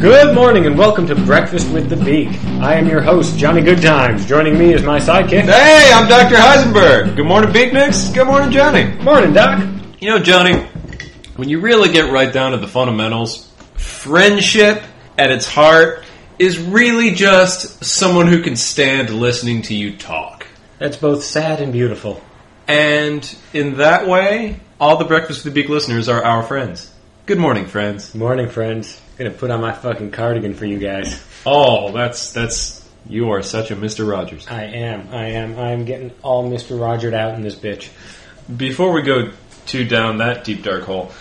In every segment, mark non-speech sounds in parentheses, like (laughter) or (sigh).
Good morning and welcome to Breakfast with the Beak. I am your host, Johnny Goodtimes. Joining me is my sidekick. Hey, I'm Dr. Heisenberg. Good morning, Big Nicks. Good morning, Johnny. Morning, Doc. You know, Johnny, when you really get right down to the fundamentals, friendship at its heart is really just someone who can stand listening to you talk. That's both sad and beautiful. And in that way, all the Breakfast with the Beak listeners are our friends. Good morning, friends. Morning, friends. Gonna put on my fucking cardigan for you guys. Oh, that's that's you are such a Mr. Rogers. I am, I am, I am getting all Mr. Rogered out in this bitch. before we go too down that deep dark hole,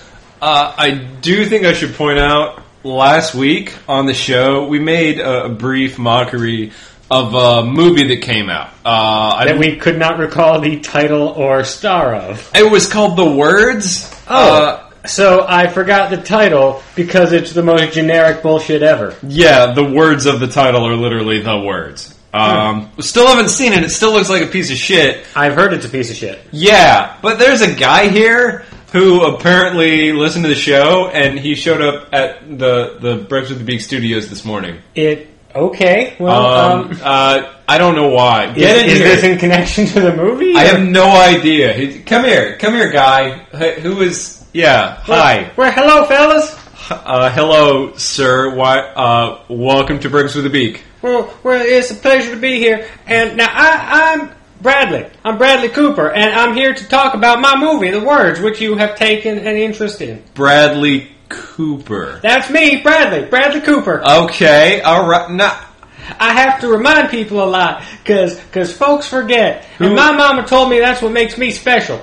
uh, I do think I should point out last week on the show we made a, a brief mockery of a movie that came out. Uh, I, That we could not recall the title or star of. it was called The Words. Oh. Uh, so I forgot the title because it's the most generic bullshit ever. yeah, the words of the title are literally the words. Um, Hmm. Still haven't seen it. It still looks like a piece of shit. I've heard it's a piece of shit. Yeah, but there's a guy here who apparently listened to the show and he showed up at the the Breakfast with the Beak Studios this morning. It, okay, well, um, Um, uh, I don't know why. Get in is, is here. this in connection to the movie? I or- have no idea. He- Come here, come here, guy. H- Who is? Yeah. Hi. Well, hello, fellas. Uh, hello, sir. Why? Uh, welcome to Breakfast with a Beak. Well, well, it's a pleasure to be here. And now I, I'm Bradley. I'm Bradley Cooper, and I'm here to talk about my movie, The Words, which you have taken an interest in. Bradley Cooper. That's me, Bradley. Bradley Cooper. Uh, Okay. All right. Now, I have to remind people a lot because folks forget. Who- And my mama told me that's what makes me special.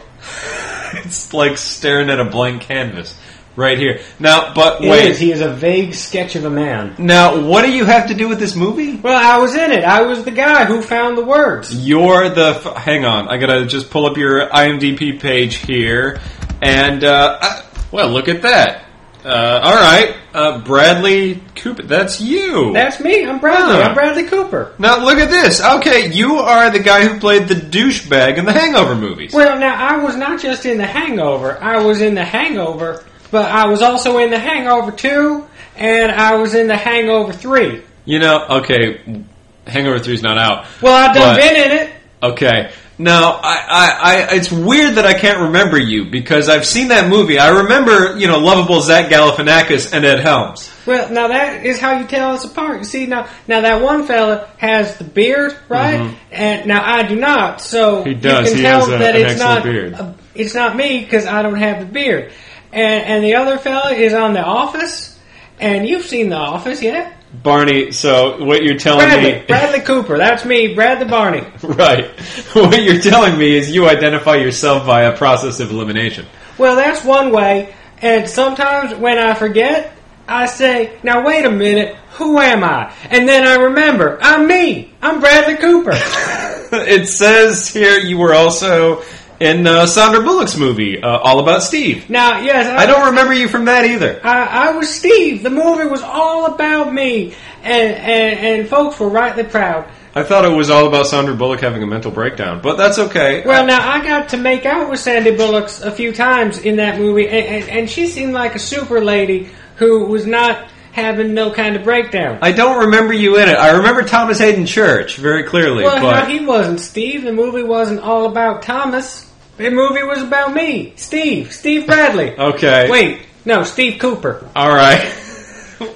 it's like staring at a blank canvas right here. Now, but It is. wait. He is a vague sketch of a man. Now, what do you have to do with this movie? Well, I was in it. I was the guy who found the words. Mm. You're the. F- hang on, I gotta just pull up your IMDb page here, and uh, I, well, look at that. Uh, all right, uh, Bradley Cooper, that's you. That's me. I'm Bradley. Huh. I'm Bradley Cooper. now look at this. Okay, you are the guy who played the douchebag in the Hangover movies. Well, now I was not just in The Hangover. I was in The Hangover, but I was also in The Hangover Two, and I was in The Hangover Three. You know, okay, Hangover three's not out. Well, I done But- been in it. Okay. Now, I, I, I, it's weird that I can't remember you because I've seen that movie. I remember, you know, lovable Zach Galifianakis and Ed Helms. Well, now that is how you tell us apart. You see, now now that one fella has the beard, right? And now I do not, so Mm-hmm. He does. You can He tell has a- that an it's excellent not beard. uh, it's not me because I don't have the beard. And and the other fella is on The Office, and you've seen The Office, yeah? Barney, so what you're telling Bradley, me Bradley Cooper, that's me, Bradley Barney. (laughs) Right. What you're telling me is you identify yourself by a process of elimination. Well, that's one way. And sometimes when I forget, I say, now wait a minute, who am I? And then I remember, I'm me. I'm Bradley Cooper. (laughs) (laughs) it says here you were also in uh, Sandra Bullock's movie, uh, All About Steve. now, yes, I don't remember you from that either. I, I was Steve. The movie was all about me. And, and, and folks were rightly proud. I thought it was all about Sandra Bullock having a mental breakdown, but that's okay. Well, now I got to make out with Sandy Bullock a few times in that movie, and, and, and she seemed like a super lady who was not having no kind of breakdown. I don't remember you in it. I remember Thomas Hayden Church very clearly, Well, no, but he wasn't Steve. The movie wasn't all about Thomas. The movie was about me, Steve, Steve Bradley. okay. Wait, no, Steve Cooper. All right.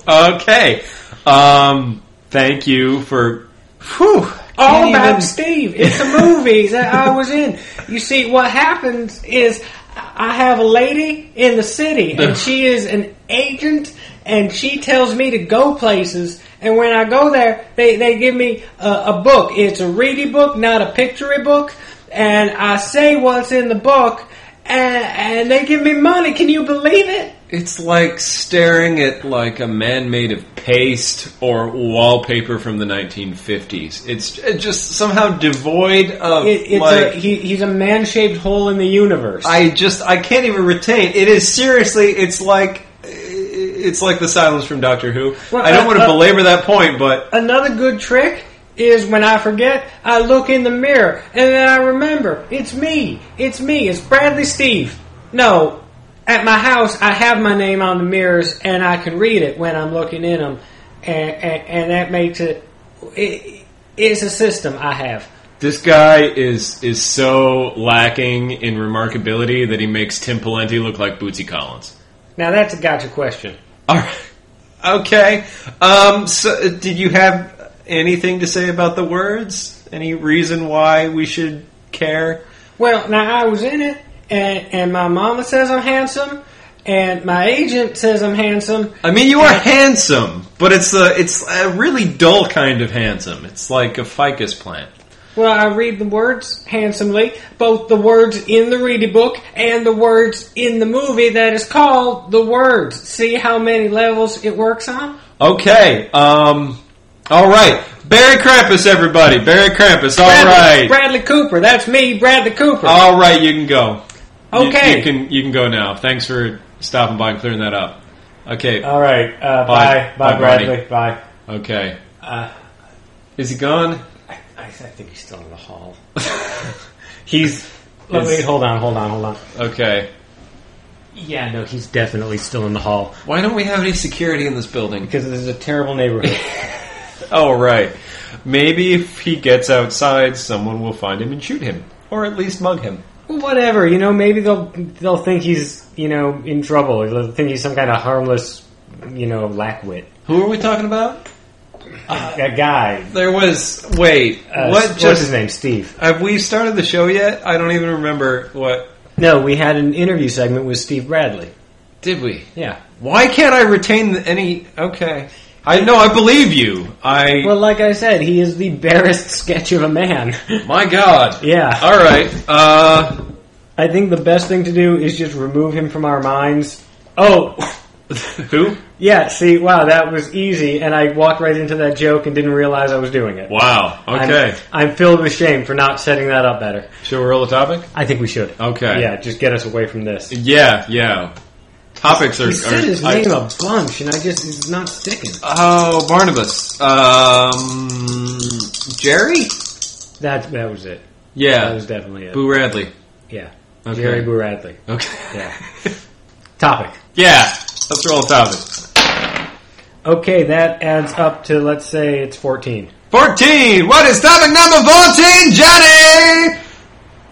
okay. Um, thank you for. Whew. All Can't about even- Steve. It's a movie that I was in. You see, what happens is I have a lady in the city, and she is an agent, and she tells me to go places. And when I go there, they, they give me a, a book. It's a ready book, not a pictory book. And I say what's in the book, and, and they give me money. Can you believe it? It's like staring at like a man made of paste or wallpaper from the 1950s. It's j- just somehow devoid of it it's a, like he, he's a man shaped hole in the universe. I just I can't even retain. It is seriously. It's like it's like the silence from Doctor Who. Well, I don't uh, want to uh, belabor that point, but Another good trick is when I forget, I look in the mirror and then I remember it's me. It's me. It's Bradley Steve. No, at my house I have my name on the mirrors and I can read it when I'm looking in them. and, and, and that makes it, it. It's a system I have. This guy is is so lacking in remarkability that he makes Tim Pawlenty look like Bootsy Collins. Now that's a gotcha question. All right. Okay. Um, so, did you have anything to say about the words? Any reason why we should care? Well, now I was in it, and, and my mama says I'm handsome, and my agent says I'm handsome. I mean, you are handsome, but it's a it's a really dull kind of handsome. It's like a ficus plant. Well, I read the words handsomely, both the words in the readie book and the words in the movie that is called The Words. See how many levels it works on? Okay. Um. All right. Barry Krampus, everybody. Barry Krampus. All right. Bradley, Bradley Cooper. That's me, Bradley Cooper. All right. You can go. You- Okay. You, can you can go now. Thanks for stopping by and clearing that up. Okay. All right. Uh, Bye. bye, Bye, Bradley. Barney. Bye. Okay. Uh, Is he gone? (laughs) I, I think he's still in the hall. He's. Let me is- hold on. Hold on. Hold on. okay. Yeah, no, he's definitely still in the hall Why don't we have any security in this building? because this is a terrible neighborhood. Oh, right. Maybe if he gets outside, someone will find him and shoot him, or at least mug him. Whatever, you know, maybe they'll they'll think he's you know in trouble. They'll think he's some kind of harmless, you know, lackwit. Who are we talking about? that guy. There was. Wait. Uh, what what's just. his name? Steve. Have we started the show yet? I don't even remember what. No, we had an interview segment with Steve Bradley. Did we? Yeah. Why can't I retain the, any. Okay. I know, I believe you. I. Well, like I said, he is the barest (laughs) sketch of a man. my god. yeah. Alright. Uh. I think the best thing to do is just remove him from our minds. Oh, Who? (laughs) yeah. See, wow, that was easy, and I walked right into that joke and didn't realize I was doing it. Wow. I'm- Okay. I'm filled with shame for not setting that up better. Shall we roll a topic? I think we should. Okay. Yeah, just get us away from this. Yeah, yeah. Topics are. He said are- his I- name a bunch, and I just it's not sticking. Oh, Barnabas. Um, Jerry? That that was it. That Yeah. was definitely it. Boo Radley. yeah, Okay. Jerry Boo Radley. Okay. Yeah. Topic. (laughs) yeah. Let's roll a topic. Okay, that adds up to let's say it's fourteen. 14. What is topic number 14, Johnny?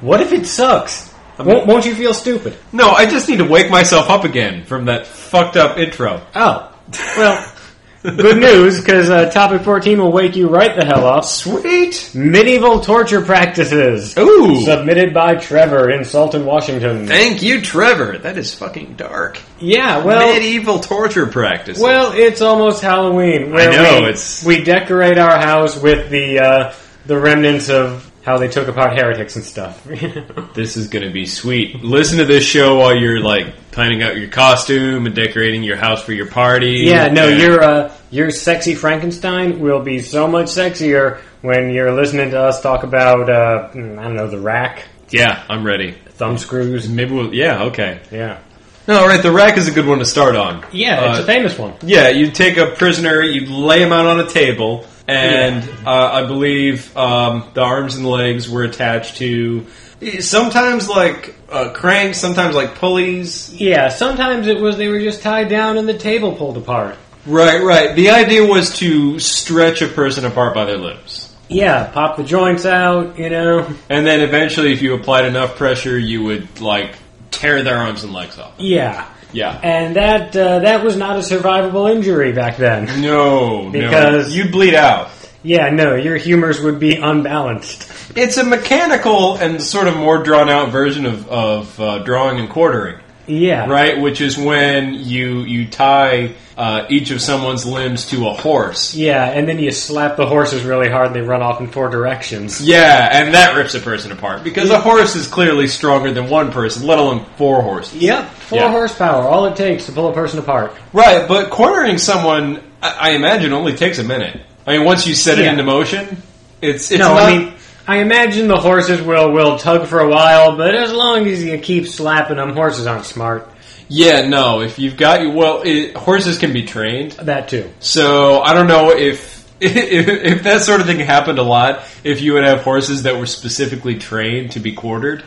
What if it sucks? Won't, won't you feel stupid? No, I just need to wake myself up again from that fucked up intro. Oh, (laughs) well, good news because uh, topic fourteen will wake you right the hell up. Sweet. Medieval torture practices. Ooh. Submitted by Trevor in Salton, Washington. Thank you, Trevor. That is fucking dark. yeah, well, Medieval torture practice. Well, it's almost Halloween. I know, we, it's- we decorate our house with the uh, the remnants of how they took apart heretics and stuff. (laughs) This is going to be sweet. Listen to this show while you're like planning out your costume and decorating your house for your party. yeah, no, your uh, your sexy Frankenstein will be so much sexier when you're listening to us talk about uh, mm, I don't know the rack, Yeah, I'm ready. thumb screws. Maybe we'll. Yeah, okay. Yeah, No, all right. The rack is a good one to start on. yeah, it's Uh, a famous one. yeah. You take a prisoner, you lay him out on a table, and uh, I believe um, the arms and legs were attached to sometimes like uh, cranks, sometimes like pulleys. Yeah, sometimes it was they were just tied down and the table pulled apart. Right, right. The idea was to stretch a person apart by their limbs. Yeah, pop the joints out, you know. And then eventually, if you applied enough pressure, you would like tear their arms and legs off. Yeah, Yeah. and that uh, that was not a survivable injury back then. No, Because- no, you bleed out. Yeah, no, your humors would be unbalanced. It's a mechanical and sort of more drawn out version of, of uh, drawing and quartering, Yeah. right? Which is when you you tie uh, each of someone's limbs to a horse. Yeah, and then you slap the horses really hard and they run off in four directions. Yeah, and that rips a person apart because a horse is clearly stronger than one person, let alone four horses. Yep, four Yeah. horsepower, all it takes to pull a person apart. Right, but cornering someone, I, I imagine, only takes a minute. I mean, once you set it Yeah. into motion, it's, it's no, not- I mean, I imagine the horses will, will tug for a while, but as long as you keep slapping them, horses aren't smart. yeah, no. If you've got well, it, horses can be trained, That too. so I don't know if. (laughs) If, if that sort of thing happened a lot, if you would have horses that were specifically trained to be quartered,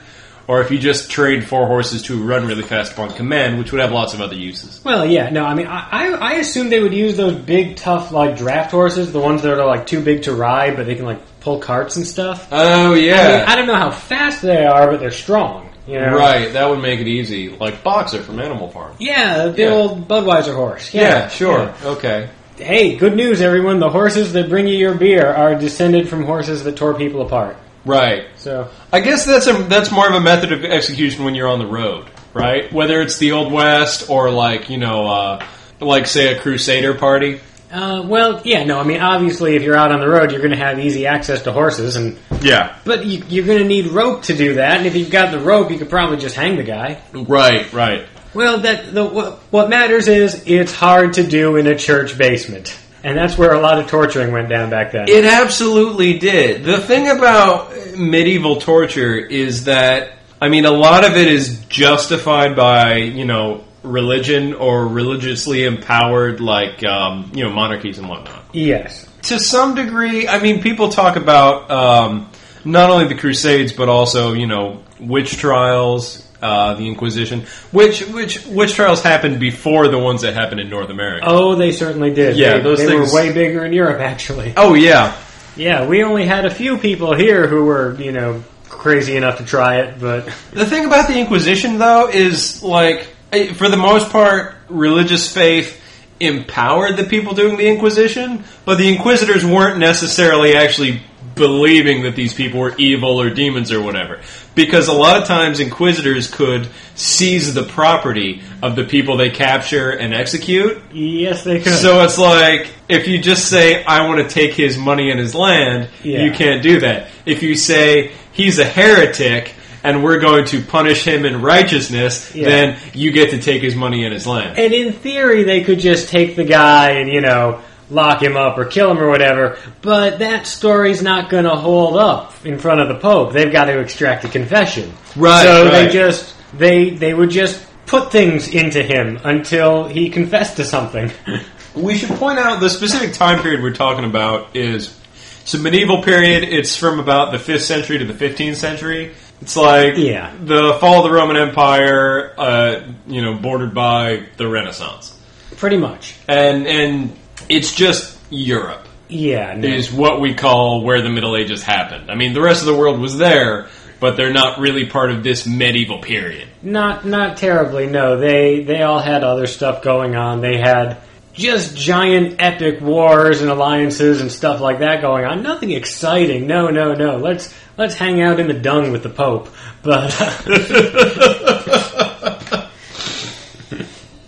or if you just trained four horses to run really fast upon command, which would have lots of other uses. Well, yeah, no, I mean, I, I, I assume they would use those big, tough, like draft horses, the ones that are like too big to ride, but they can like pull carts and stuff. Oh I, mean, yeah, I don't know how fast they are, but they're strong. You know? right. That would make it easy, like Boxer from Animal Farm. Yeah, the Yeah. old Budweiser horse. Yeah, Yeah, sure. Okay. yeah. Hey, good news, everyone! The horses that bring you your beer are descended from horses that tore people apart. Right. So I guess that's a that's more of a method of execution when you're on the road, right? Whether it's the Old West or like you know, uh, like say a Crusader party. Uh, well, yeah, no, I mean, obviously, if you're out on the road, you're going to have easy access to horses, and Yeah. but you, you're going to need rope to do that. And if you've got the rope, you could probably just hang the guy. Right. Right. Well, that the what, what matters is it's hard to do in a church basement, and that's where a lot of torturing went down back then. It absolutely did. The thing about medieval torture is that I mean a lot of it is justified by, you know, religion or religiously empowered like um, you know, monarchies and whatnot. yes, To some degree, I mean people talk about um, not only the crusades but also, you know, witch trials uh, the Inquisition, which which witch trials happened before the ones that happened in North America. oh, they certainly did. Yeah, they, those they things- were way bigger in Europe, (laughs) actually. oh yeah, Yeah, we only had a few people here who were, you know, crazy enough to try it, but The thing about the Inquisition, though, is like eh, for the most part, religious faith empowered the people doing the Inquisition, but the Inquisitors weren't necessarily actually believing that these people were evil or demons or whatever. Because a lot of times, Inquisitors could seize the property of the people they capture and execute. yes, they could. So it's like if you just say I want to take his money and his land, Yeah. you can't do that. If you say he's a heretic and we're going to punish him in righteousness, Yeah. then you get to take his money and his land. And in theory, they could just take the guy and, you know, lock him up or kill him or whatever, but that story's not going to hold up in front of the Pope. They've got to extract a confession. Right, So they right. just, they, they would just put things into him until he confessed to something. (laughs) We should point out the specific time period we're talking about is it's a medieval period. It's from about the fifth century to the fifteenth century. It's like Yeah. the fall of the Roman Empire, uh, you know, bordered by the Renaissance, Pretty much. and and it's just Europe. Yeah. no. is what we call where the Middle Ages happened. I mean, the rest of the world was there, but they're not really part of this medieval period. Not not terribly. No, they they all had other stuff going on. They had just giant epic wars and alliances and stuff like that going on. Nothing exciting. No, no, no. Let's let's hang out in the dung with the Pope. But uh,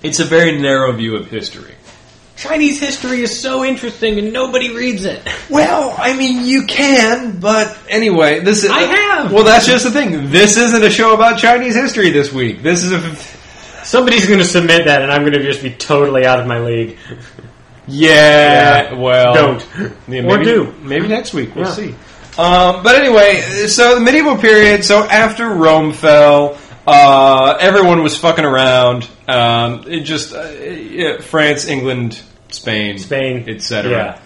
It's a very narrow view of history. (laughs) Chinese history is so interesting and nobody reads it. (laughs) Well, I mean, you can, but anyway, this is. I have! Well, that's just the thing. This isn't a show about Chinese history this week. This is a. Somebody's going to submit that, and I'm going to just be totally out of my league. Yeah, Yeah. well. Don't. Yeah, Or do. Maybe next week. We'll Yeah. see. Um, but anyway, so the medieval period. So after Rome fell, uh, everyone was fucking around. Um, it just uh, yeah, France, England, Spain, Spain, etc. yeah.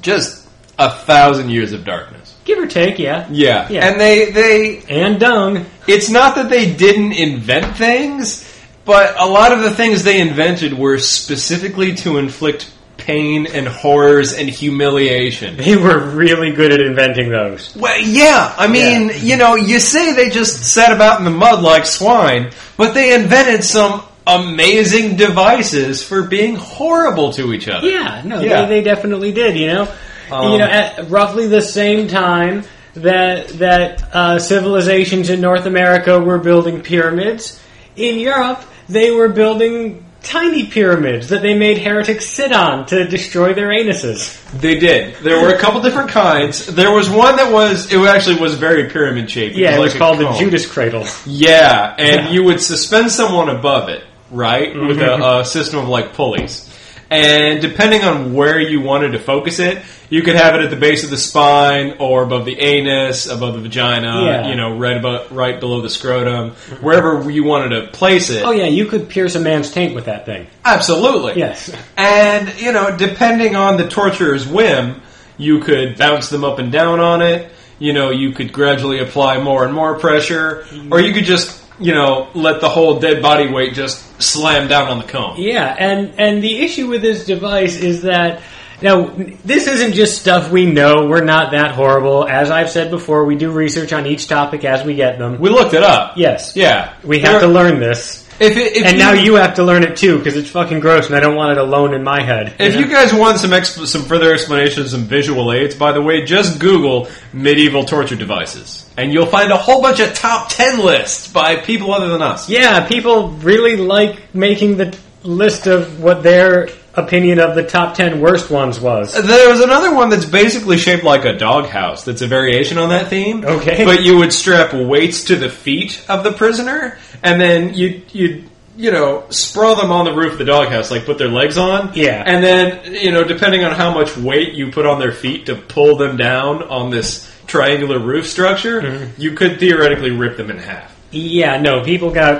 Just a thousand years of darkness. Give or take, yeah. Yeah. Yeah. and they they. And dung. It's not that they didn't invent things, but a lot of the things they invented were specifically to inflict pain and horrors and humiliation. They were really good at inventing those. Well, yeah. I mean, Yeah. you know, you say they just sat about in the mud like swine, but they invented some amazing devices for being horrible to each other. Yeah, no, Yeah. They, they definitely did. You know, Um, you know, at roughly the same time that that uh, civilizations in North America were building pyramids, in Europe they were building tiny pyramids that they made heretics sit on to destroy their anuses. They did. There were a couple different kinds. There was one that was it actually was very pyramid shaped. Yeah, it was like called the cone. Judas (laughs) cradle. Yeah, and you would suspend someone above it, right, Mm-hmm. with a, a system of like pulleys. And depending on where you wanted to focus it, you could have it at the base of the spine or above the anus, above the vagina, Yeah. you know, right above, right below the scrotum, wherever you wanted to place it. Oh yeah, you could pierce a man's taint with that thing. Absolutely. Yes. And, you know, depending on the torturer's whim, you could bounce them up and down on it. you know, you could gradually apply more and more pressure, Mm-hmm. or you could just, you know, let the whole dead body weight just slam down on the comb. Yeah, and and the issue with this device is that now this isn't just stuff we know. We're not that horrible. As I've said before, we do research on each topic as we get them. We looked it up. Yes. Yeah. We have to There- learn this. If, it, if And now you have to learn it too because it's fucking gross and I don't want it alone in my head. If know? you guys want some exp- some further explanations and visual aids, by the way, just Google medieval torture devices, and you'll find a whole bunch of top ten lists by people other than us. Yeah, people really like making the list of what their opinion of the top 10 worst ones was. There was another one that's basically shaped like a doghouse. That's a variation on that theme. Okay. but you would strap weights to the feet of the prisoner, and then you you you know sprawl them on the roof of the doghouse, like put their legs on. Yeah. and then you know depending on how much weight you put on their feet to pull them down on this triangular roof structure, Mm-hmm. you could theoretically rip them in half. Yeah, no, people got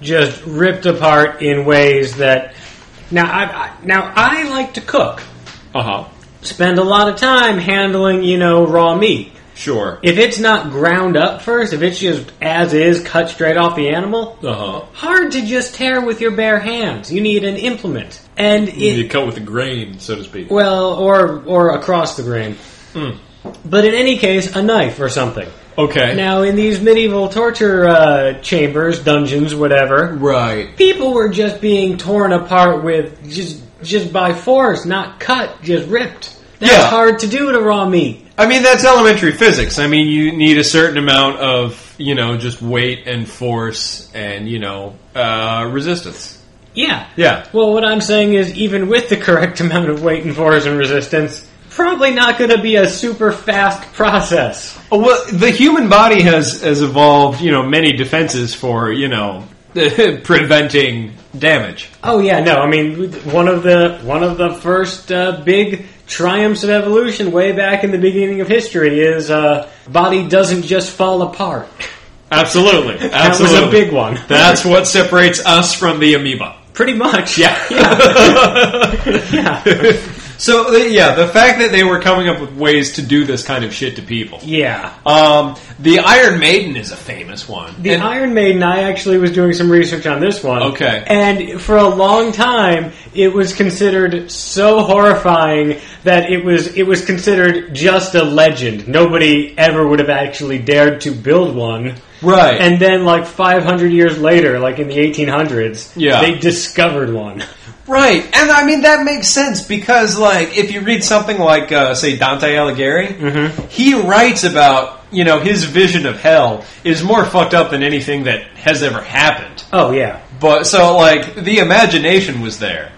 just ripped apart in ways that now I, I now I like to cook. Uh Uh-huh. huh. Spend a lot of time handling, you know, raw meat. Sure. If it's not ground up first, if it's just as is cut straight off the animal, Uh huh. hard to just tear with your bare hands. You need an implement. And it, You cut with the grain, so to speak. Well, or or across the grain. Hmm. But in any case, a knife or something. Okay. Now, in these medieval torture uh, chambers, dungeons, whatever, right. people were just being torn apart with just just by force, not cut, just ripped. That's Yeah. hard to do to raw meat. I mean, that's elementary physics. I mean, you need a certain amount of, you know, just weight and force and, you know, uh, resistance. Yeah. Yeah. Well, what I'm saying is, even with the correct (laughs) amount of weight and force and resistance, probably not going to be a super fast process. Well, the human body has, has evolved, you know, many defenses for, you know, (laughs) preventing damage. Oh yeah, no. I mean, one of the one of the first uh, big triumphs of evolution, way back in the beginning of history, is uh, body doesn't just fall apart. (laughs) Absolutely. Absolutely. That was a big one. That's what separates us from the amoeba. pretty much. (laughs) Yeah. (laughs) yeah, So, yeah, the fact that they were coming up with ways to do this kind of shit to people. yeah. Um, the Iron Maiden is a famous one. The And- Iron Maiden. I actually was doing some research on this one. Okay. And for a long time, it was considered so horrifying that it was it was considered just a legend. Nobody ever would have actually dared to build one. right. And then, like 500 years later, like in the 1800s, Yeah. they discovered one. Right, and I mean that makes sense because, like, if you read something like, uh, say, Dante Alighieri, Mm-hmm. he writes about you know his vision of hell is more fucked up than anything that has ever happened. Oh yeah, But so, like, the imagination (laughs) was there,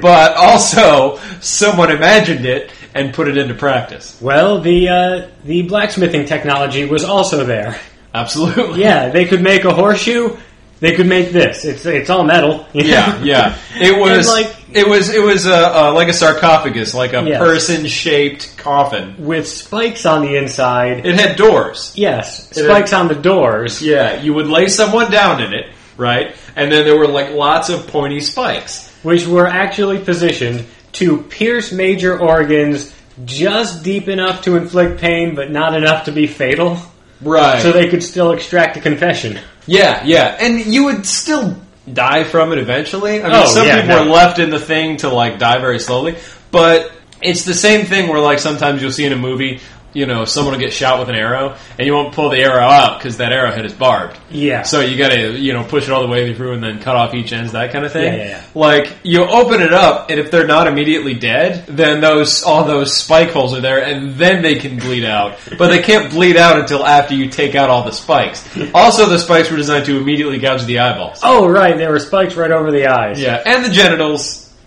but also someone imagined it and put it into practice. well the uh, the blacksmithing technology was also there. Absolutely. Yeah, they could make a horseshoe. They could make this. It's it's all metal. (laughs) Yeah, yeah. It was And, like- like it was it was uh, uh, like a sarcophagus, like a Yes. person-shaped coffin. with spikes on the inside. It had doors. yes, It- spikes on the doors. Yeah, you would lay someone down in it, right? And then there were like lots of pointy spikes. which were actually positioned to pierce major organs just deep enough to inflict pain, but not enough to be fatal. Right. So they could still extract a confession. yeah, yeah. And you would still die from it eventually. I mean, Oh, some yeah, people no. are left in the thing to like die very slowly, but it's the same thing where like sometimes you'll see in a movie, you know, someone will get shot with an arrow and you won't pull the arrow out because that arrowhead is barbed. Yeah. So you gotta, you know, push it all the way through and then cut off each ends, that kind of thing. Yeah, yeah, yeah. Like you open it up, and if they're not immediately dead, then those all those spike holes are there, and then they can bleed out. But they can't bleed out until after you take out all the spikes. Also, the spikes were designed to immediately gouge the eyeballs. Oh, right. There were spikes right over the eyes. Yeah, and the genitals,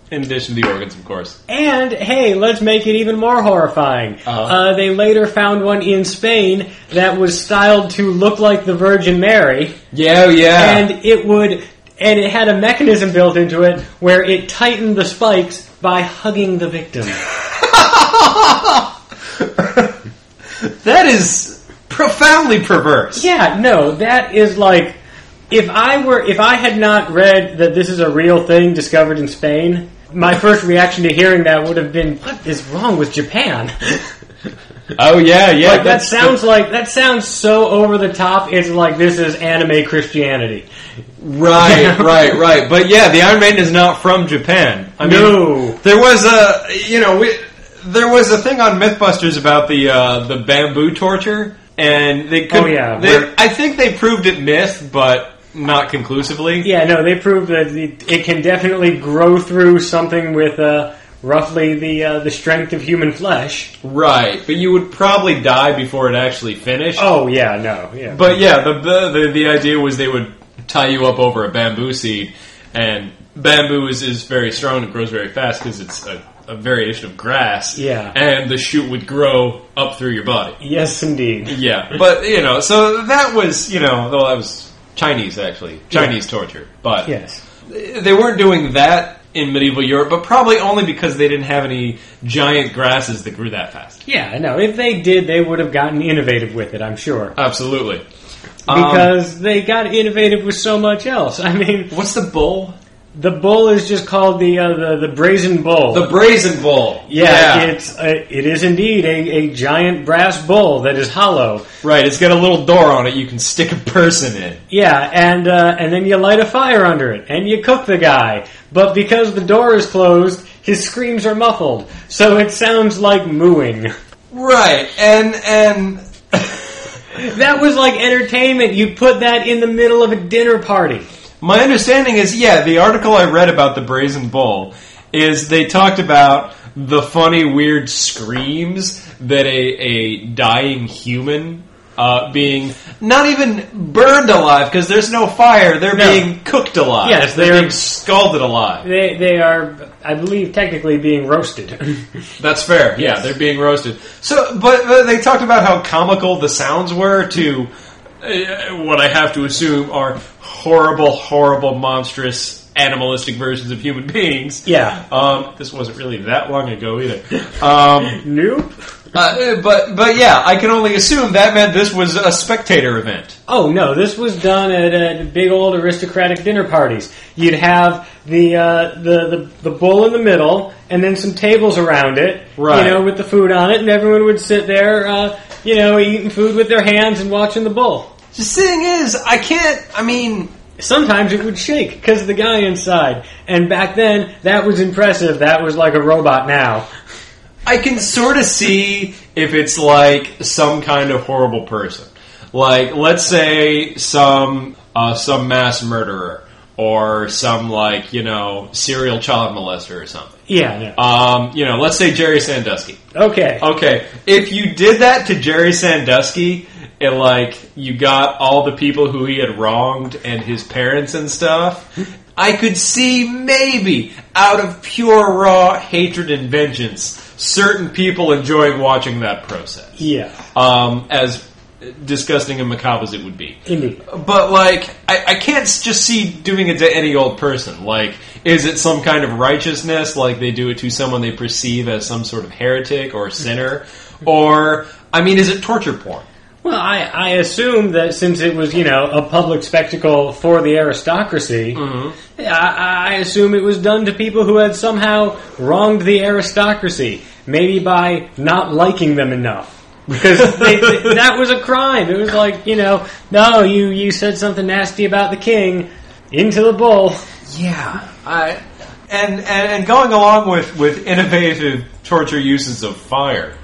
in addition to the organs, of course. And hey, let's make it even more horrifying. uh Uh-huh. they later found one in Spain that was styled to look like the Virgin Mary, Yeah, oh, yeah. and it would, and it had a mechanism built into it where it tightened the spikes by hugging the victim. that is profoundly perverse. Yeah, no, that is like if I were if I had not read that this is a real thing discovered in Spain, my first reaction to hearing that would have been what is wrong with Japan? (laughs) Oh yeah, yeah. Like (laughs) that that's- sounds like that sounds so over the top. It's like this is anime Christianity. (laughs) Right, right, right. But yeah, the Iron Maiden is not from Japan. I mean, No. there was a you know we, there was a thing on MythBusters about the uh, the bamboo torture, and they could. Oh, yeah, they- where- I think they proved it myth, but not conclusively. Yeah, no, they proved that it, it can definitely grow through something with uh, roughly the uh, the strength of human flesh. Right, but you would probably die before it actually finished. Oh yeah, no, yeah. But yeah, the, the the the idea was they would tie you up over a bamboo seed, and bamboo is, is very strong and grows very fast because it's a, a variation of grass. Yeah. and the shoot would grow up through your body. yes, indeed. Yeah, but you know, so that was you know, well, that was Chinese actually Chinese torture, but Yes. they weren't doing that in medieval Europe, but probably only because they didn't have any giant grasses that grew that fast. Yeah, no. If they did, they would have gotten innovative with it. I'm sure Absolutely. Um, because they got innovative with so much else. (laughs) I mean, what's the bull? the bull is just called the uh, the, the brazen bull. The brazen bull. yeah, it's uh, it is indeed a, a giant brass bull that is hollow. Right, it's got a little door on it you can stick a person in. Yeah, and uh, and then you light a fire under it, and you cook the guy. But because the door is closed, his screams are muffled, so it sounds like mooing. (laughs) Right, and and (laughs) That was like entertainment. You put that in the middle of a dinner party. my understanding is yeah, the article I read about the brazen bull is they talked about the funny weird screams that a, a dying human uh, being not even burned alive because there's no fire, they're No. being cooked alive. Yes, they're, they're- being scalded alive. They they are, I believe, technically being roasted. (laughs) That's fair. Yeah, they're being roasted. So, but uh, they talked about how comical the sounds were to uh, what I have to assume are horrible, horrible, monstrous, animalistic versions of human beings. Yeah. Um, this wasn't really that long ago (laughs) either. Um, nope. uh, but but yeah, I can only assume that meant this was a spectator event. Oh no, this was done at, uh big old aristocratic dinner parties. You'd have the, uh, the the the bowl in the middle, and then some tables around it. Right. You know, with the food on it, and everyone would sit there, uh, you know, eating food with their hands and watching the bowl. The thing is, I can't. I mean, Sometimes it would shake because of the guy inside. And back then, that was impressive. That was like a robot now. I can sort of see if it's like some kind of horrible person. Like, let's say some uh, some mass murderer or some like you know serial child molester or something. Yeah. Um, you know, let's say Jerry Sandusky. No. Okay. Okay, if you did that to Jerry Sandusky, and like you got all the people who he had wronged and his parents and stuff, I could see maybe out of pure raw hatred and vengeance, certain people enjoying watching that process. Yeah. Um, as disgusting and macabre as it would be. Indeed. But like, I, I can't s- just see doing it to any old person. Like, is it some kind of righteousness? Like they do it to someone they perceive as some sort of heretic or sinner, or I mean, is it torture porn? Well, I, I assume that since it was, you know, a public spectacle for the aristocracy, I, I assume it was done to people who had somehow wronged the aristocracy, maybe by not liking them enough. Because they, they- that was a crime. It was like, you know, no, you, you said something nasty about the king, into the bull. Yeah, I and and, and going along with with innovative torture uses of fire.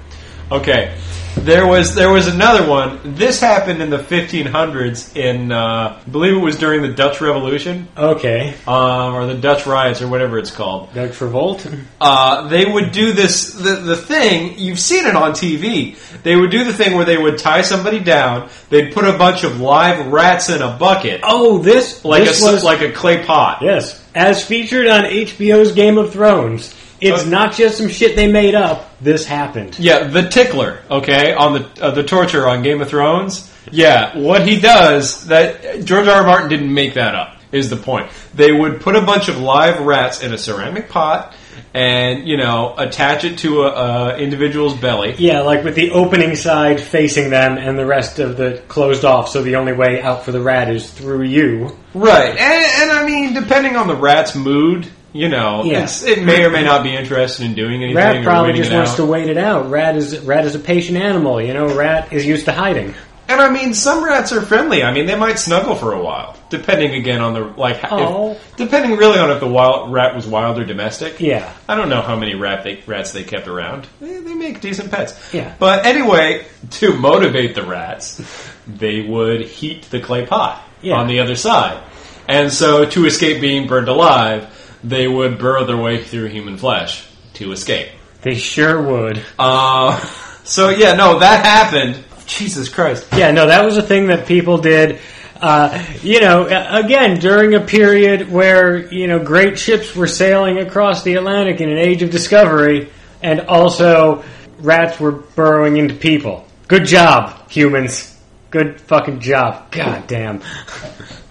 Okay, there was there was another one. This happened in the 1500s. In uh, I believe it was during the Dutch Revolution Okay. um, or the Dutch riots or whatever it's called. Doug Travolta? uh, they would do this the, the thing you've seen it on tv they would do the thing where they would tie somebody down they'd put a bunch of live rats in a bucket Oh, this, like this a was like a clay pot Yes, as featured on HBO's Game of Thrones. It's Uh, not just some shit they made up. This happened. yeah the tickler okay on the uh, the torture on game of thrones yeah what he does that george r. r martin didn't make that up is the point they would put a bunch of live rats in a ceramic pot and you know attach it to a, a individual's belly Yeah, like with the opening side facing them and the rest of the closed off, so the only way out for the rat is through you. Right, and, and I mean, depending on the rat's mood, you know, Yeah. it's, it may or may not be interested in doing anything. Rat or probably waiting just it wants out. to wait it out. Rat is rat is a patient animal. You know, rat is used to hiding. And I mean, some rats are friendly. I mean, they might snuggle for a while, depending again on the like. h- if- Oh. depending really on if the wild rat was wild or domestic. Yeah. I don't know how many rat they, rats they kept around. They, they make decent pets. Yeah. But anyway, to motivate the rats, they would heat the clay pot Yeah. on the other side, and so to escape being burned alive, they would burrow their way through human flesh to escape. They sure would. Uh, so yeah, no, that happened. Jesus Christ. Yeah, no, that was a thing that people did. Uh, you know, a- again, during a period where, you know, great ships were sailing across the Atlantic in an age of discovery, and also rats were burrowing into people. Good job, humans. Good fucking job. God damn.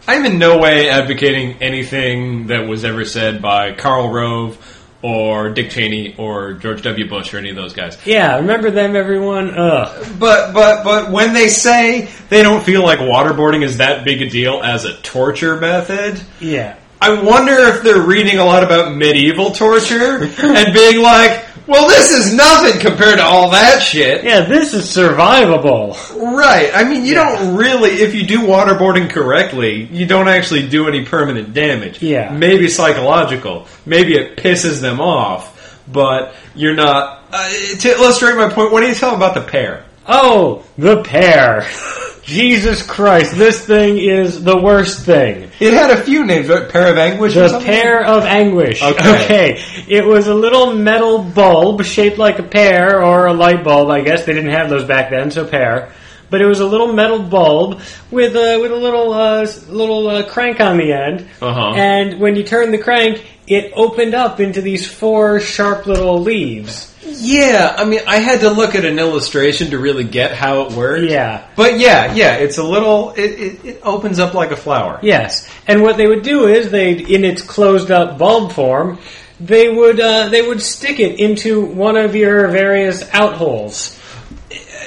I'm in no way advocating anything that was ever said by Karl Rove or Dick Cheney or George W. Bush or any of those guys. Yeah, remember them, everyone? Ugh. But but but when they say they don't feel like waterboarding is that big a deal as a torture method, Yeah. I wonder if they're reading a lot about medieval torture and being like, well, this is nothing compared to all that shit. Yeah, this is survivable. Right. I mean, you don't really, if you do waterboarding correctly, you don't actually do any permanent damage. Yeah. Maybe psychological. Maybe it pisses them off, but you're not. Uh, to illustrate my point, what do you tell them about the pear? Oh, the pear. (laughs) Jesus Christ, this thing is the worst thing. It had a few names, right? Pear of Anguish or The something? pear of anguish. Okay. Okay. It was a little metal bulb shaped like a pear or a light bulb. I guess they didn't have those back then, so pear. But it was a little metal bulb with a with a little uh, s- little uh, crank on the end. Uh-huh. And when you turn the crank, it opened up into these four sharp little leaves. Yeah, I mean, I had to look at an illustration to really get how it worked. Yeah. But yeah, yeah, it's a little. It, it, it opens up like a flower. Yes, and what they would do is they, would in its closed up bulb form, they would uh, they would stick it into one of your various out holes.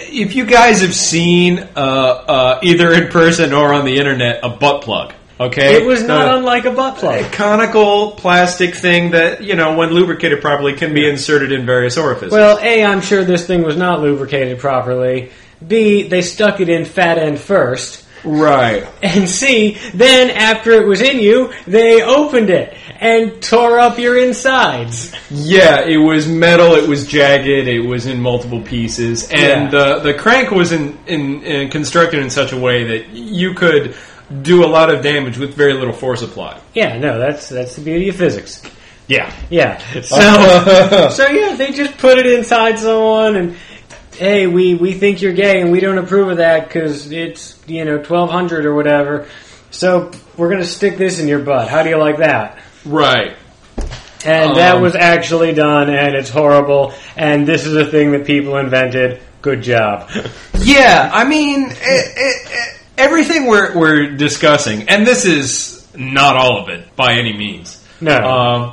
If you guys have seen uh, uh, either in person or on the internet a butt plug, okay, It was not The unlike a butt plug. conical plastic thing that you know when lubricated properly can be inserted in various orifices. Well, A, I'm sure this thing was not lubricated properly. B, they stuck it in fat end first. right. And C, then after it was in you, they opened it and tore up your insides. Yeah, it was metal. It was jagged. It was in multiple pieces, Yeah. and the the crank was in, in, in constructed in such a way that you could do a lot of damage with very little force applied. Yeah, no, that's that's the beauty of physics. Yeah. Yeah. So (laughs) so yeah, they just put it inside someone and hey, we we think you're gay and we don't approve of that cuz it's, you know, 1200 or whatever. So, we're going to stick this in your butt. How do you like that? right. And that Um, was actually done, and it's horrible. And this is a thing that people invented. Good job. Yeah, I mean, it, it, it, everything we're, we're discussing, and this is not all of it by any means. No.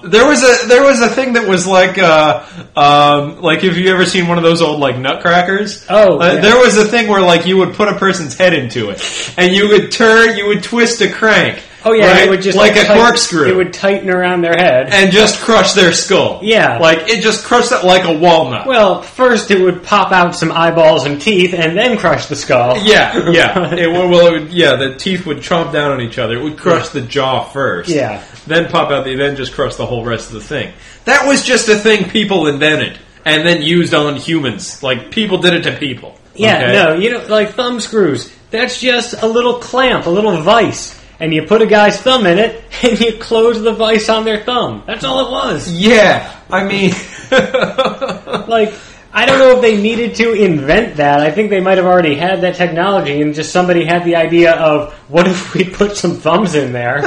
um, there was a there was a thing that was like uh, um, like have you ever seen one of those old like nutcrackers? Oh, Uh, yeah. there was a thing where like you would put a person's head into it, and you would turn, you would twist a crank. (laughs) Oh yeah, right? it would just like a tight- corkscrew. It would tighten around their head. and just crush their skull. Yeah. like it just crushed it like a walnut. Well, first it would pop out some eyeballs and teeth, and then crush the skull. Yeah, (laughs) yeah. It, would- well, it would, yeah, the teeth would chomp down on each other. It would crush the jaw first. Yeah. Then pop out the, then just crush the whole rest of the thing. That was just a thing people invented and then used on humans. Like, people did it to people. Yeah, okay? no, you know, like thumb screws. That's just a little clamp, a little vice, and you put a guy's thumb in it, (laughs) and you close the vice on their thumb. That's all it was. Yeah, I mean. (laughs) uh, like I don't know if they needed to invent that. I think they might have already had that technology, and just somebody had the idea of what if we put some thumbs in there.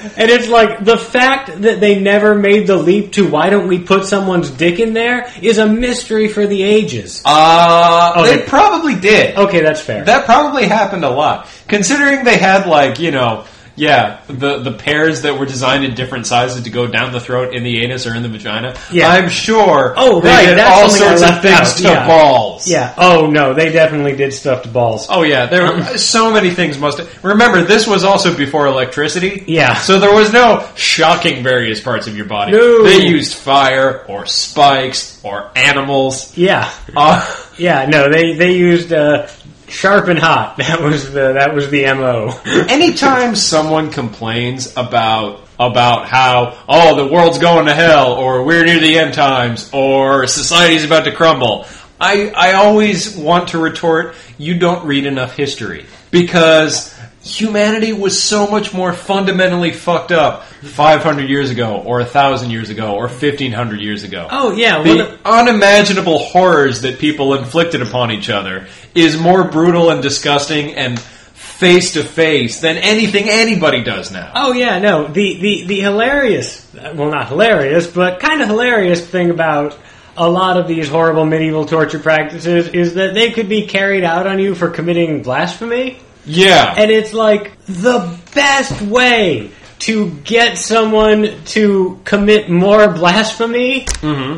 and it's like the fact that they never made the leap to why don't we put someone's dick in there is a mystery for the ages. uh, They Okay. probably did. Okay, that's fair. That probably happened a lot. Considering they had, like, you know. Yeah, the the pears that were designed in different sizes to go down the throat, in the anus, or in the vagina. Yeah. I'm sure. Oh, they right, did that's all something I sorts of left things out, to yeah. balls. Yeah. Oh no, they definitely did stuff to balls. Oh yeah, there were so many things. Must remember this was also before electricity. Yeah. so there was no shocking various parts of your body. No. They used fire or spikes or animals. Yeah. Uh, Yeah. No, they they used uh, sharp and hot. (laughs) That was the that was the mo. (laughs) anytime someone complains about about how oh the world's going to hell or we're near the end times or society's about to crumble i i always want to retort you don't read enough history because humanity was so much more fundamentally fucked up 500 years ago or 1000 years ago or 1500 years ago Oh yeah. one the unimaginable horrors that people inflicted upon each other is more brutal and disgusting and face to face than anything anybody does now. Oh yeah, no. The the the hilarious, well, not hilarious, but kind of hilarious thing about a lot of these horrible medieval torture practices is that they could be carried out on you for committing blasphemy, Yeah. and it's like the best way to get someone to commit more blasphemy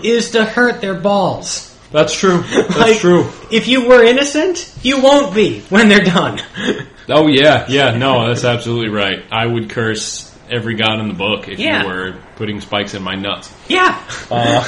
is to hurt their balls. That's true. Mm-hmm. That's Like, If you were innocent, you won't be when they're (laughs) done. Oh yeah, yeah, no, that's absolutely right. I would curse every god in the book if Yeah. you were putting spikes in my nuts. yeah. Uh,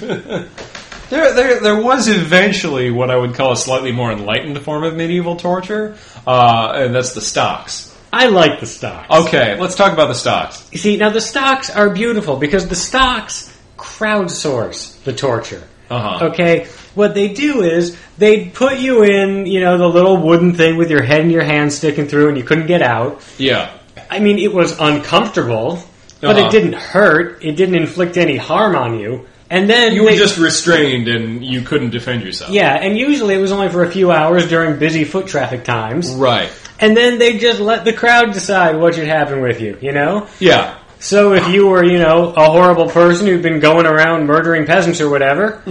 There, there, there was eventually what I would call a slightly more enlightened form of medieval torture, uh, and that's the stocks. I like the stock. Okay, let's talk about the stocks. You see, now the stocks are beautiful because the stocks crowdsource the torture. Uh-huh. Okay? What they do is they put you in, you know, the little wooden thing with your head and your hand sticking through and you couldn't get out. Yeah. I mean, it was uncomfortable, but Uh-huh. it didn't hurt. It didn't inflict any harm on you. And then You were they- just restrained and you couldn't defend yourself. Yeah, and usually it was only for a few hours during busy foot traffic times. Right. And then they just let the crowd decide what should happen with you, you know? Yeah. So if you were, you know, a horrible person who'd been going around murdering peasants or whatever,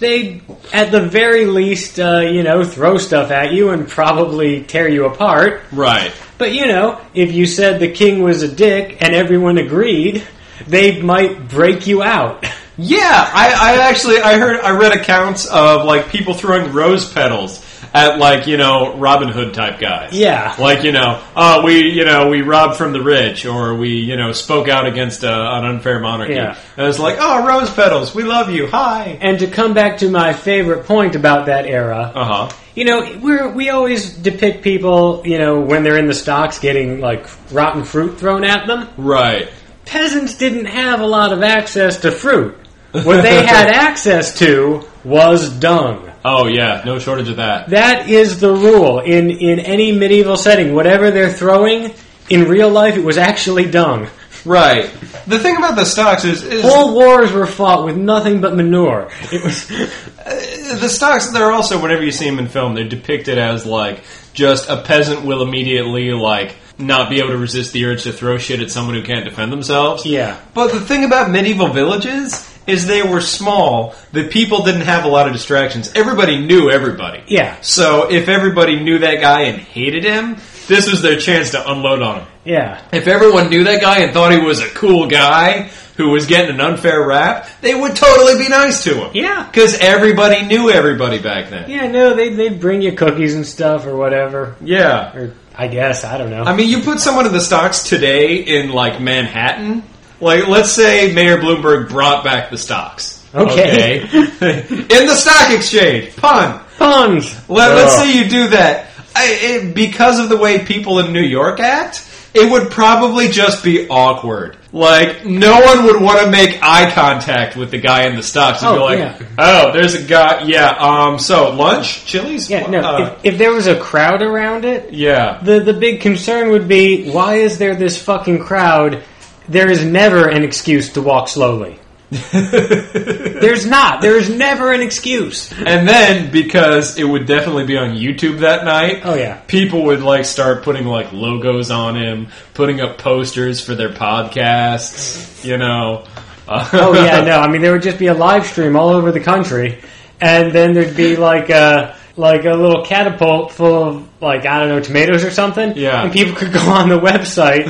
they'd at the very least, uh, you know, throw stuff at you and probably tear you apart. Right. But you know, if you said the king was a dick and everyone agreed, they might break you out. Yeah, I, I actually I heard I read accounts of like people throwing rose petals at like, you know, Robin Hood type guys. Yeah. Like, you know, oh we you know, we robbed from the rich or we, you know, spoke out against uh, an unfair monarchy. Yeah. And it's like, oh rose petals, we love you. Hi. And to come back to my favorite point about that era, Uh huh. You know, we're, we always depict people, you know, when they're in the stocks getting, like, rotten fruit thrown at them. Right. Peasants didn't have a lot of access to fruit. What they had access to was dung. Oh yeah, no shortage of that. That is the rule in, in any medieval setting. Whatever they're throwing, in real life, it was actually dung. Right. The thing about the stocks is, is All wars were fought with nothing but manure. It was. (laughs) the stocks they're also whenever you see them in film they're depicted as like just a peasant will immediately like not be able to resist the urge to throw shit at someone who can't defend themselves Yeah. but the thing about medieval villages is they were small the people didn't have a lot of distractions everybody knew everybody Yeah. so if everybody knew that guy and hated him this was their chance to unload on him Yeah. if everyone knew that guy and thought he was a cool guy who was getting an unfair rap, they would totally be nice to him. Yeah. Because everybody knew everybody back then. Yeah, no, they, they'd bring you cookies and stuff or whatever. Yeah. Or, I guess, I don't know. I mean, you put someone in the stocks today in, like, Manhattan. Like, let's say Mayor Bloomberg brought back the stocks. Okay. Okay? (laughs) in the stock exchange. Pun. Puns! Let, Let's Ugh. say you do that. I, it, because of the way people in New York act, it would probably just be awkward. Like, no one would want to make eye contact with the guy in the stocks and Oh, be like, yeah. oh, there's a guy, yeah, um, so, lunch? Chili's? Yeah, no. Uh, if, if there was a crowd around it, yeah. the the big concern would be why is there this fucking crowd? There is never an excuse to walk (laughs) slowly. There's not. There is never an excuse. And then, because it would definitely be on YouTube that night, Oh, yeah. people would, like, start putting, like, logos on him, putting up posters for their podcasts, you know. Oh (laughs) (laughs) yeah, no. I mean, there would just be a live stream all over the country, and then there'd be like a like a little catapult full of like I don't know tomatoes or something. Yeah. and people could go on the (laughs) website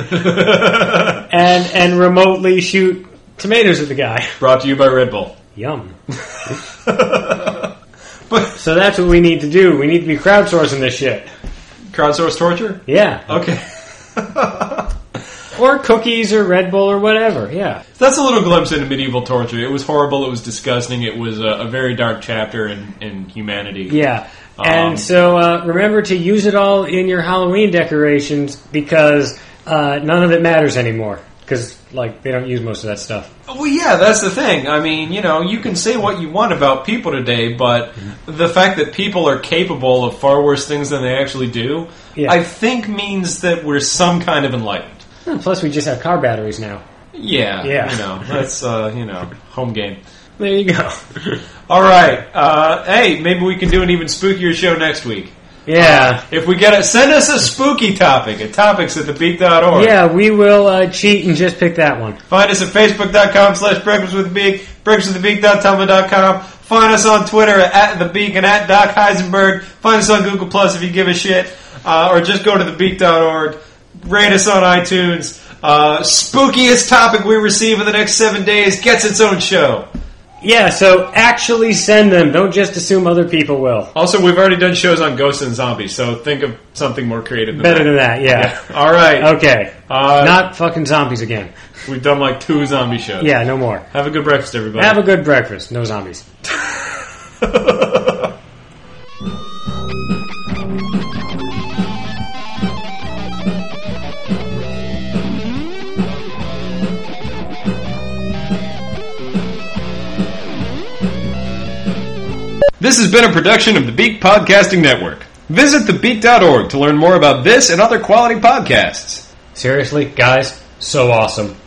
and and remotely shoot tomatoes at the guy. Brought to you by Red Bull. Yum. (laughs) But So that's what we need to do. We need to be crowdsourcing this shit. crowdsource torture? Yeah, Okay. (laughs) or cookies or Red Bull or whatever. Yeah. That's a little glimpse into medieval torture. It was horrible. It was disgusting. It was a, a very dark chapter in, in humanity. Yeah. And Um, so uh, remember to use it all in your Halloween decorations because uh, none of it matters anymore. Because like they don't use most of that stuff. Well, yeah, that's the thing. I mean, you know, you can say what you want about people today, but the fact that people are capable of far worse things than they actually do, Yeah. I think means that we're some kind of enlightened. And plus, we just have car batteries now. Yeah, Yeah. you know, that's uh, you know, home game. There you (laughs) go. All right, uh, hey, maybe we can do an even spookier show next week. Yeah, If we get it, send us a spooky topic at topics at thebeak.org. yeah. We will uh, cheat and just pick that one. Find us at facebook.com slash breakfast with the beak, breakfastwiththebeak.tumblr.com. Find us on Twitter at the beak and at Doc Heisenberg. Find us on Google Plus if you give a shit, uh, or just go to thebeak.org. Rate us on iTunes. Uh, spookiest topic we receive in the next seven days gets its own show. Yeah. So actually, send them. Don't just assume other people will. Also, we've already done shows on ghosts and zombies, so think of something more creative than Better than that. Yeah. that. All right. Okay. Uh, Not fucking zombies again. We've done like two zombie shows. Yeah. No more. Have a good breakfast, everybody. Have a good breakfast. No zombies. This has been a production of the Beak Podcasting Network. Visit thebeak.org to learn more about this and other quality podcasts. Seriously, guys. So awesome.